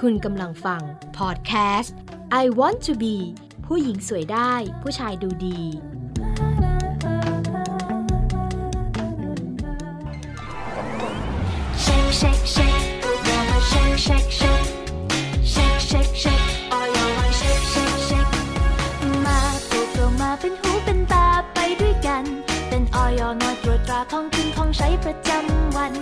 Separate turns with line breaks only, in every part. คุณกำลังฟัง พอดแคสต์ I Want to Be ผู้หญิงสวยได้ ผู้ชายดูดี
Shake, shake, shake, rubber shake, shake, shake, shake, shake, shake, all over. Shake, shake, shake. มาปลุกเรามาเป็นหูเป็นตาไปด้วยกัน เป็นออยอนอยตรวจตราของกินของใช้ประจำวัน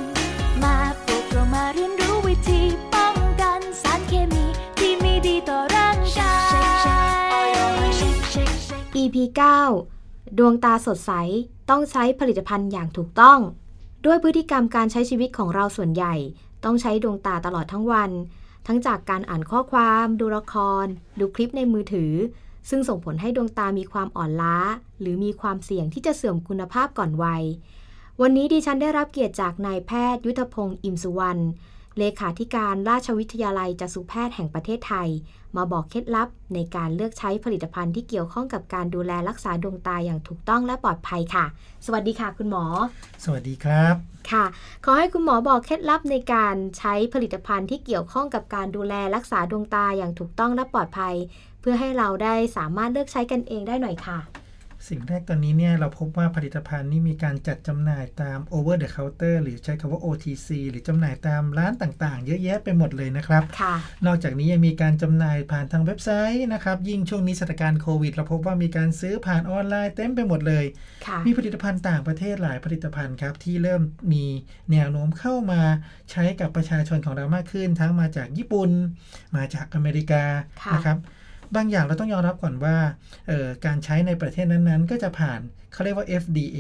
มาปลุกเรามาเรียนรู้วิธีป้องกันสารเคมีที่ไม่ดีต่อร่างกาย Shake, shake, all over. Shake, shake, shake.
EP 9 ดวงตาสดใส ต้องใช้ผลิตภัณฑ์อย่างถูกต้อง ด้วยพฤติกรรมการใช้ชีวิตของเราส่วนใหญ่ ต้องใช้ดวงตาตลอดทั้งวัน ทั้งจากการอ่านข้อความ ดูละคร ดูคลิปในมือถือ ซึ่งส่งผลให้ดวงตามีความอ่อนล้า หรือมีความเสี่ยงที่จะเสื่อมคุณภาพก่อนวัย วันนี้ดิฉันได้รับเกียรติจากนายแพทย์ยุทธพงศ์อิมสุวรรณ เลขาธิการราชวิทยาลัยจักษุแพทย์แห่งประเทศไทย มาบอกเคล็ดลับในการเลือกใช้ผลิตภัณฑ์ที่เกี่ยวข้องกับการดูแลรักษาดวงตาอย่างถูกต้องและปลอดภัยค่ะ สวัสดีค่ะคุณหมอ
สวัสดีครับ
ค่ะ ขอให้คุณหมอบอกเคล็ดลับในการใช้ผลิตภัณฑ์ที่เกี่ยวข้องกับการดูแลรักษาดวงตาอย่างถูกต้องและปลอดภัย เพื่อให้เราได้สามารถเลือกใช้กันเองได้หน่อยค่ะ
สิ่งแรกตอนนี้เนี่ยเราพบว่าผลิตภัณฑ์นี่มีการจัดจำหน่ายตาม over the counter หรือใช้คำว่า OTC หรือจำหน่ายตามร้านต่างๆ เยอะแยะไปหมดเลยนะครับ
ค่ะ
นอกจากนี้ยังมีการจำหน่ายผ่านทางเว็บไซต์นะครับ ยิ่งช่วงนี้สถานการณ์โควิด เราพบว่ามีการซื้อผ่านออนไลน์เต็มไปหมดเลย
ค่ะ
มีผลิตภัณฑ์ต่างประเทศหลายผลิตภัณฑ์ครับ ที่เริ่มมีแนวโน้มเข้ามาใช้กับประชาชนของเรามากขึ้น ทั้งมาจากญี่ปุ่น มาจากอเมริกา
ค่ะ
นะครับบางอย่างเราต้องยอมรับก่อนว่าเอ่อการใช้ในประเทศนั้นๆ ก็จะผ่านเขาเรียกว่า FDA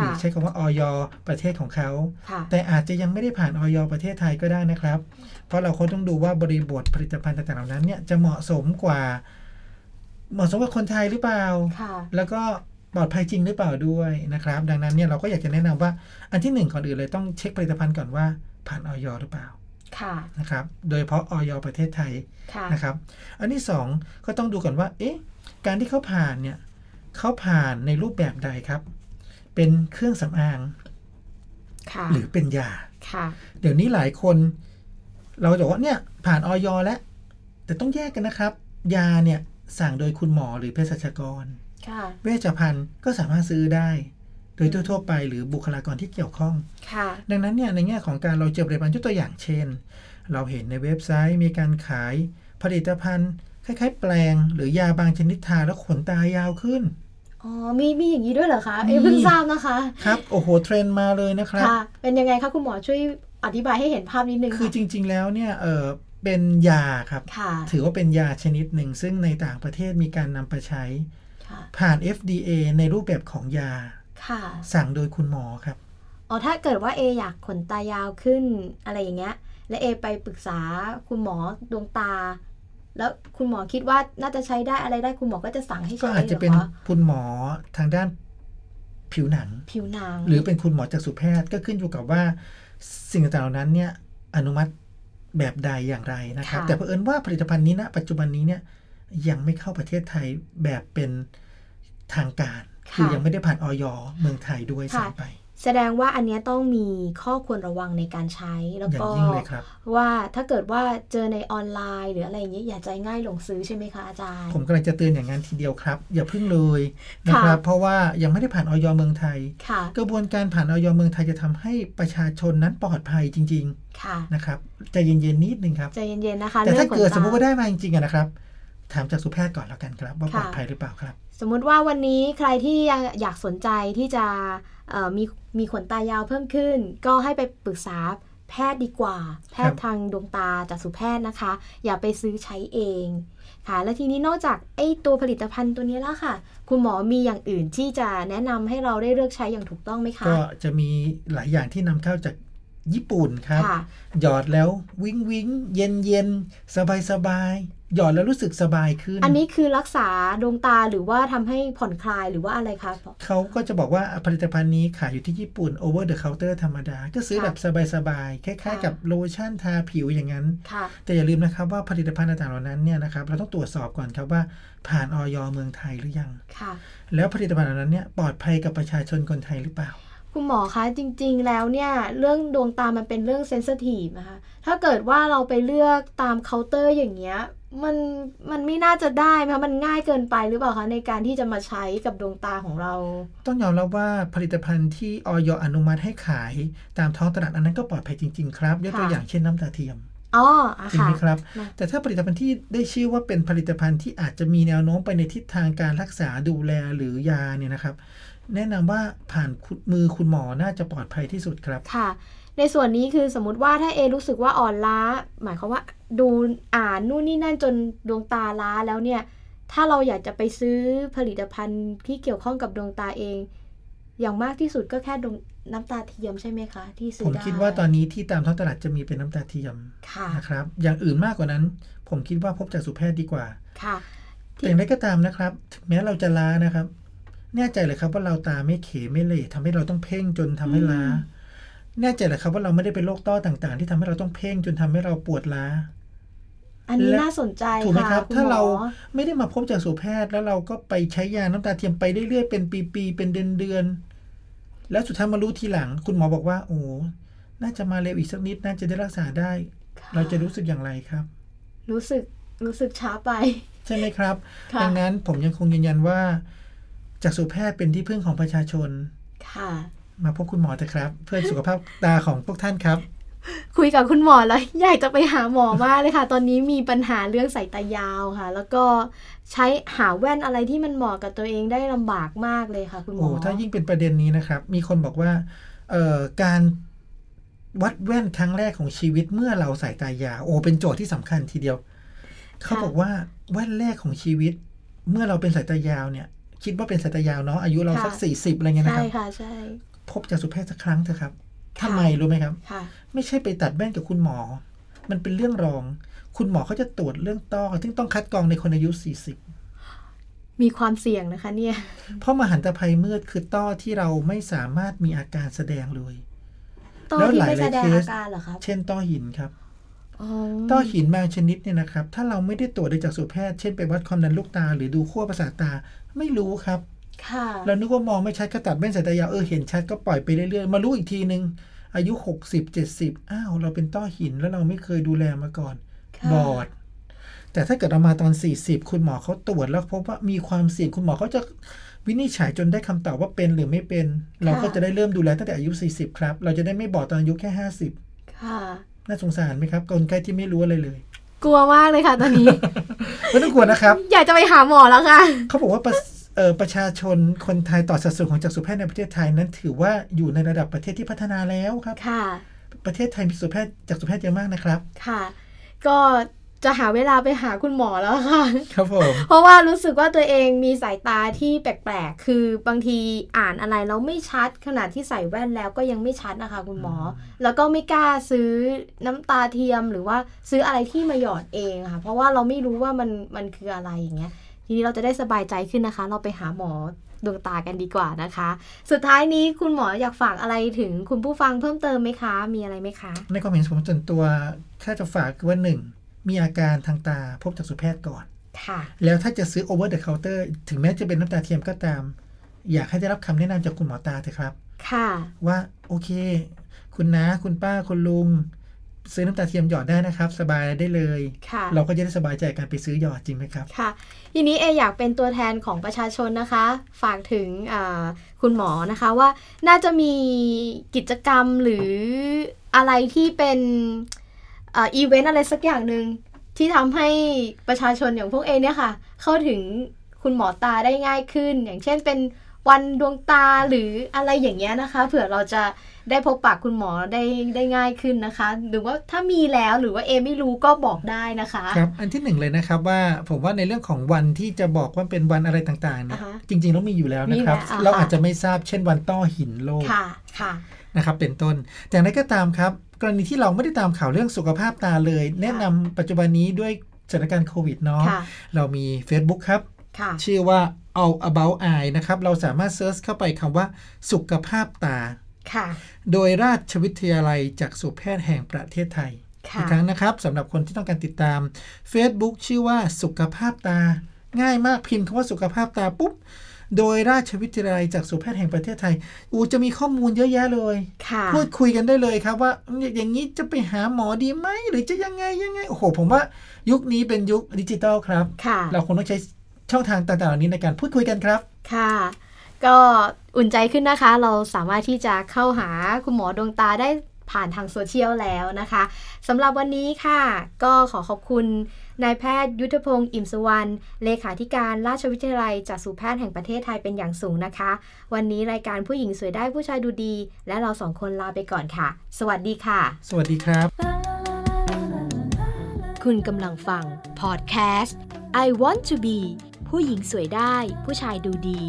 หรื
ค่ะ
ใช้คำว่าออยประเทศของเขา
ค่ะ
แต่อาจจะยังไม่ได้ผ่านออยประเทศไทยก็ได้นะครับ เพราะเราคงต้องดูว่าบริบทผลิตภัณฑ์ต่างๆเหล่านั้นเนี่ยจะเหมาะสมกว่า เหมาะสมกับคนไทยหรือเปล่า
ค่ะ
แล้วก็ปลอดภัยจริงหรือเปล่าด้วยนะครับ ดังนั้นเนี่ยเราก็อยากจะแนะนำว่าอันที่หนึ่งก่อนอื่นเลยต้องเช็คผลิตภัณฑ์ก่อนว่าผ่านออยหรือเปล่า
ค่ะ
นะครับ โดยเฉพาะออยประเทศไทย
ค่ะ
นะครับ อันที่สองก็ต้องดูก่อนว่า เอ๊ะ การที่เขาผ่านเนี่ยเขาผ่านในรูปแบบใดครับ เป็นเครื่องสำอาง
ค่ะ
หรือเป็นยา
ค่ะ
เดี๋ยวนี้หลายคนเราจะบอกว่าเนี่ยผ่านออยแล้ว แต่ต้องแยกกันนะครับ ยาเนี่ยสั่งโดยคุณหมอหรือเภสัชกร
ค่ะ
เวชภัณฑ์ก็สามารถซื้อได้ โดยทั่วๆไปหรือบุคลากรที่เกี่ยวข้อง
ค่ะ
ดังนั้นเนี่ยในแง่ของการเราเจอผลิตภัณฑ์ยกตัวอย่างเช่น เราเห็นในเว็บไซต์มีการขายผลิตภัณฑ์คล้ายๆ แปลง หรือยาบางชนิดทาแล้วขนตายาวขึ้น
อ๋อ มี มีอย่างนี้ด้วยเหรอคะ เอ้ย
มี
เพิ่งทราบนะคะ
ครับโอ้โหเทรนด์มาเลยนะครับ
ค่ะ เป็นยังไงคะคุณหมอช่วยอธิบายให้เห็นภาพนิดนึง
คือจริงๆแล้วเนี่ยเออเป็นยาครับ
ค่ะ
ถือว่าเป็นยาชนิดหนึ่ง ซึ่งในต่างประเทศมีการนำไปใช้
ค่ะ
ผ่าน FDA ในรูปแบบของยา
ค่ะ
สั่งโดยคุณหมอครับ
อ๋อ ถ้าเกิดว่าเออยากขนตายาวขึ้นอะไรอย่างเงี้ย และเอไปปรึกษาคุณหมอดวงตา แล้วคุณหมอคิดว่าน่าจะใช้ได้อะไรได้คุณหมอก็จะสั่งให้
ก็
ใช้
อาจ
หร
จะเป็น
คะ
คุณหมอทางด้านผิวหนัง
ผิวหนัง
หรือเป็นคุณหมอจักษุแพทย์ก็ขึ้นอยู่กับว่าสิ่งต่างๆเหล่านั้นเนี่ยอนุมัติแบบใดอย่างไรนะครับ แต่เผอิญว่าผลิตภัณฑ์นี้นะปัจจุบันนี้เนี่ยยังไม่เข้าประเทศไทยแบบเป็นทางการ คือยังไม่ได้ผ่านออยเมืองไทยด้วยซ้ำไป
แสดงว่าอันเนี้ยต้องมีข้อควรระวังในการใช้แล้ว
อย่าง
ก็
ยิ่งเลยครับ
ว่าถ้าเกิดว่าเจอในออนไลน์ หรืออะไรอย่างเงี้ยอย่าใจง่ายหลงซื้อใช่ไหมคะอาจารย์
ผมกำลังจะเตือนอย่างนั้นทีเดียวครับ อย่าพึ่งเลยนะครับ เพราะว่ายังไม่ได้ผ่านออยเมืองไทย
ค่ะ
กระบวนการผ่านออยเมืองไทยจะทำให้ประชาชนนั้นปลอดภัยจริง
ค่ะ
ๆนะครับใจเย็นๆนิดนึงครับ
ใจเย็นๆนะคะ
แต่
รื่
ถ้า
องขน
เกิดสมมติ
ต
ว่าได้มาจริงๆอะนะครับ ถามจากสุแพทย์ก่อนแล้วกันครับ ว่า
ค่ะ
ปลอดภัยหรือเปล่าครับ
สมมุติว่าวันนี้ใครที่ยังอยากสนใจที่จะเอ่อมีมีขนตายาวเพิ่มขึ้น ก็ให้ไปปรึกษาแพทย์ดีกว่า แพทย์ทางดวงตาจากสุแพทย์นะคะ อย่าไปซื้อใช้เองค่ะ และทีนี้นอกจากไอตัวผลิตภัณฑ์ตัวนี้แล้วค่ะ คุณหมอมีอย่างอื่นที่จะแนะนำให้เราได้เลือกใช้อย่างถูกต้องไหมคะ
ก็จะมีหลายอย่างที่นำเข้าจากญี่ปุ่นครับ
ค่ะ
หยอดแล้ววิ้งวิ้งเย็นเย็นสบายสบายๆหยอดแล้วรู้สึกสบายขึ้น
อันนี้คือรักษาดวงตาหรือว่าทำให้ผ่อนคลายหรือว่าอะไรคะ
เขาก็จะบอกว่าผลิตภัณฑ์นี้ขายอยู่ที่ญี่ปุ่น over the counter ธรรมดา ก็ซื้อ
ค่ะ
แบบสบายๆคล้าย
ค่ะ
ๆ กับโลชั่นทาผิวอย่างนั้น
ค่ะ
แต่อย่าลืมนะครับว่าผลิตภัณฑ์ต่างๆเหล่านั้นเนี่ยนะครับเราต้องตรวจสอบก่อนครับว่าผ่านออยเมืองไทยหรือยัง
ค่ะ
แล้วผลิตภัณฑ์เหล่านั้นเนี่ยปลอดภัยกับประชาชนคนไทยหรือเปล่า
คุณหมอคะจริง ๆ แล้วเนี่ย เรื่องดวงตามันเป็นเรื่องเซนสทีฟนะคะถ้าเกิดว่าเราไปเลือกตามเคาน์เตอร์อย่างเงี้ยมันมันไม่น่าจะได้ไหมคะมันง่ายเกินไปหรือเปล่าคะในการที่จะมาใช้กับดวงตาของเรา
ต้องยอมรับว่าผลิตภัณฑ์ที่ออยอนุมัติให้ขายตามท้องตลาดอันนั้นก็ปลอดภัยจริง ๆ ครับยกตัว
ค่ะ
อย่างเช่นน้ำตาเทียม
อ๋ออะ
จริง
ค่ะ
ไหมครับ
นะ
แต่ถ้าผลิตภัณฑ์ที่ได้ชื่อว่าเป็นผลิตภัณฑ์ที่อาจจะมีแนวโน้มไปในทิศทางการรักษาดูแลหรือยาเนี่ยนะครับ แนะนำว่าผ่านคุณมือคุณหมอน่าจะปลอดภัยที่สุดครับ
ค่ะ ในส่วนนี้คือสมมติว่าถ้าเอรู้สึกว่าอ่อนล้า หมายความว่าดูอ่านนู่นนี่นั่นจนดวงตาล้าแล้วเนี่ย ถ้าเราอยากจะไปซื้อผลิตภัณฑ์ที่เกี่ยวข้องกับดวงตาเอง อย่างมากที่สุดก็แค่ดวงน้ำตาเทียมใช่ไหมคะ ที่ซื้อ
ผม
ได้
คิดว่าตอนนี้ที่ตามท้องตลาดจะมีเป็นน้ำตาเทียม
ค่ะ
นะครับ อย่างอื่นมากกว่านั้น ผมคิดว่าพบจากสุแพทย์ดีกว่า
ค่ะ ที่
แต่อย่างไรก็ตามนะครับ ถึงแม้เราจะล้านะครับ แน่ใจเลยครับว่าเราตาไม่เขไม่เหล่ทำให้เราต้องเพ่งจนทำให้ล้า แน่ใจเลยครับว่าเราไม่ได้เป็นโรคต้อต่างๆ ที่ทำให้เราต้องเพ่งจนทำให้เราปวดล้า
อันนี้
และ
น่าสนใจ
ถูกไหม
ค่ะ
ครับ
ณ
ถ้า
หมอ
เราไม่ได้มาพบจากสูแพทย์ แล้วเราก็ไปใช้ยาน้ำตาเทียมไปเรื่อยๆเป็นปีๆเป็นเดือนๆแล้วสุดท้ายมารู้ทีหลัง คุณหมอบอกว่าโอ้น่าจะมาเร็วอีกสักนิดน่าจะได้รักษาได้
ค่
เราจะรู้สึกอย่างไรครับ
รู้สึกรู้สึกช้าไป
ใช่ไหมครับ
ค่ะ
ดังนั้นผมยังคงยืนยันว่าจากสูแพทย์เป็นที่พึ่งของประชาชน
ค่ะ
มาพบคุณหมอเถอะครับ เพื่อสุขภาพตาของพวกท่าน ครับ
คุยกับคุณหมอแล้วอยากจะไปหาหมอมากเลยค่ะ ตอนนี้มีปัญหาเรื่องสายตายาวค่ะ แล้วก็ใช้หาแว่นอะไรที่มันเหมาะกับตัวเองได้ลำบากมากเลยค่ะ คุณหม
โอ้
อ
ถ้ายิ่งเป็นประเด็นนี้นะครับ มีคนบอกว่าเอ่อการวัดแว่นครั้งแรกของชีวิตเมื่อเราสายตายาวโอ้เป็นโจทย์ที่สำคัญทีเดียว เขาบอกว่าแว่นแรกของชีวิต เมื่อเราเป็นสายตายาวเนี่ย คิดว่าเป็นสายตายาวเนาะอายุเราสัก
ค่ะ
สี่สิบอะไรเงี้ยนะค
ใช่
รับ
ค่ะใช่
พบจากสุแพทย์สักครั้งเถอะครับทำไมรู้ไหมครับ
ค่ะ
ไม่ใช่ไปตัดแว่นกับคุณหมอ มันเป็นเรื่องรอง คุณหมอเขาจะตรวจเรื่องต้อซึ่งต้องคัดกรองในคนอายุ 40
มีความเสี่ยงนะคะ เนี่ย
เพราะมหันตภัยมืดคือต้อที่เราไม่สามารถมีอาการแสดงเลย
ตอน
แล้ว
ที่
หลายๆ
ไม่แสดง
เค
อา
ส
การเหรอครับ
เช่นต้อหินครับ
อ๋อ
ต้อหินบางชนิดเนี่ยนะครับ ถ้าเราไม่ได้ตรวจโดยจากสูตแพทย์ เช่นไปวัดความดันลูกตา หรือดูขั้วประสาทตา ไม่รู้ครับ
ค่ะ
เรานึกว่ามองไม่ชัดก็ตัดแว่นสายตายาวเออเห็นชัดก็ปล่อยไปเรื่อยๆ มารู้อีกทีนึง อายุ 60 70 อ้าว เราเป็นต้อหินแล้วเราไม่เคยดูแลมาก่อน
ค่ะ
บอด แต่ถ้าเกิดเรามาตอน 40 คุณหมอเขาตรวจแล้วพบว่ามีความเสี่ยงคุณหมอเขาจะวินิจฉัยจนได้คำตอบว่าเป็นหรือไม่เป็น เราก็จะได้เริ่มดูแลตั้งแต่อายุ 40 ครับ เราจะได้ไม่บอดตอนอายุแค่ 50
ค่ะ
น่าสงสารไหมครับคนไข้ที่ไม่รู้อะไรเลย
กลัวมากเลยค่ะ ตอนนี้
ไม่ต้องกลัวนะครับ
อยากจะไปหาหมอแล้วค่ะ
เขาบอกว่าประเอ่อประชาชนคนไทยต่อสัดส่วนของจักษุแพทย์ในประเทศไทยนั้นถือว่าอยู่ในระดับประเทศที่พัฒนาแล้วครับ
ค่ะ
ประเทศไทยมีจักษุแพทย์จักษุแพทย์เยอะมากนะครับ
ค่ะ ก็จะหาเวลาไปหาคุณหมอแล้วค่ะ
ครับผม
เพราะว่ารู้สึกว่าตัวเองมีสายตาที่แปลกๆ คือบางทีอ่านอะไรแล้วไม่ชัด ขนาดที่ใส่แว่นแล้วก็ยังไม่ชัดนะคะคุณหมอ แล้วก็ไม่กล้าซื้อน้ำตาเทียมหรือว่าซื้ออะไรที่มาหยอดเองอะค่ะ เพราะว่าเราไม่รู้ว่ามันมันคืออะไรอย่างเงี้ย ทีนี้เราจะได้สบายใจขึ้นนะคะ เราไปหาหมอดวงตากันดีกว่านะคะ สุดท้ายนี้คุณหมออยากฝากอะไรถึงคุณผู้ฟังเพิ่มเติมไหมคะ มีอะไรไหมคะ
ในความเห็นผมส่วนตัวแค่จะฝากคือว่าหนึ่งมีอาการทางตาพบจักษุแพทย์ก่อน
ค่ะ
แล้วถ้าจะซื้อ over the counter ถึงแม้จะเป็นน้ำตาเทียมก็ตาม อยากให้ได้รับคำแนะนำจากคุณหมอตาเถอะครับ
ค่ะ
ว่าโอเค คุณนะคุณป้าคุณลุง ซื้อน้ำตาเทียมหยอดได้นะครับ สบายได้เลย
ค่ะ
เราก็จะได้สบายใจการไปซื้อหยอดจริงไหมครับ
ค่ะทีนี้เออยากเป็นตัวแทนของประชาชนนะคะ ฝากถึงอ่าคุณหมอนะคะว่าน่าจะมีกิจกรรมหรืออะไรที่เป็นอ่าอีเวนต์อะไรสักอย่างหนึ่งที่ทำให้ประชาชนอย่างพวกเอเนี่ยค่ะ เข้าถึงคุณหมอตาได้ง่ายขึ้น อย่างเช่นเป็นวันดวงตาหรืออะไรอย่างเงี้ยนะคะ เผื่อเราจะได้พบปากคุณหมอได้ได้ง่ายขึ้นนะคะ หรือว่าถ้ามีแล้วหรือว่าเอไม่รู้ก็บอกได้นะคะ
ครับ อันที่หนึ่งเลยนะครับว่าผมว่าในเรื่องของวันที่จะบอกว่าเป็นวันอะไรต่างๆเนี่ย
อ่าฮะ
จริงๆแล้วมีอยู่แล้วนะครับ
มีแล้วอ่าฮะ
เราอาจจะไม่ทราบเช่นวันต้อหินโลก
ค่ะค่ะ
นะครับเป็นต้นอย่างไรก็ตามครับ กรณีที่เราไม่ได้ตามข่าวเรื่องสุขภาพตาเลย แนะนำปัจจุบันนี้ด้วยสถานการณ์โควิดเนาะ
ค่ะ
เรามี Facebook ครับ
ค่ะ
ชื่อว่า All About Eye นะครับ เราสามารถเซิร์ชเข้าไปคำว่าสุขภาพตา
ค่ะ
โดยราชวิทยาลัยจากสุแพทย์แห่งประเทศไทย
ค่ะ
อีกครั้งนะครับสำหรับคนที่ต้องการติดตาม Facebook ชื่อว่าสุขภาพตา ง่ายมากพิมพ์คำว่าสุขภาพตาปุ๊บ โดยราชวิทยาลัยจากสูแพทย์แห่งประเทศไทย อูจะมีข้อมูลเยอะแยะเลย
ค่ะ
พูดคุยกันได้เลยครับว่าเนี่ยอย่างนี้จะไปหาหมอดีไหมหรือจะยังไงยังไง โอ้โห ผมว่ายุคนี้เป็นยุคดิจิทัลครับ
ค่ะ
เราคงต้องใช้ช่องทางต่างๆเหล่านี้ในการพูดคุยกันครับ
ค่ะ ก็อุ่นใจขึ้นนะคะ เราสามารถที่จะเข้าหาคุณหมอดวงตาได้ผ่านทางโซเชียลแล้วนะคะสำหรับวันนี้ค่ะ ก็ขอขอบคุณนายแพทย์ยุทธพงศ์อิ่มสุวรรณเลขาธิการราชวิทยาลัยจักษุแพทย์แห่งประเทศไทยเป็นอย่างสูงนะคะ วันนี้รายการผู้หญิงสวยได้ผู้ชายดูดี และเราสองคนลาไปก่อนค่ะ สวัสดีค่ะ
สวัสดีครับ
คุณกำลังฟังพอดแคสต์ I want to be ผู้หญิงสวยได้ ผู้ชายดูดี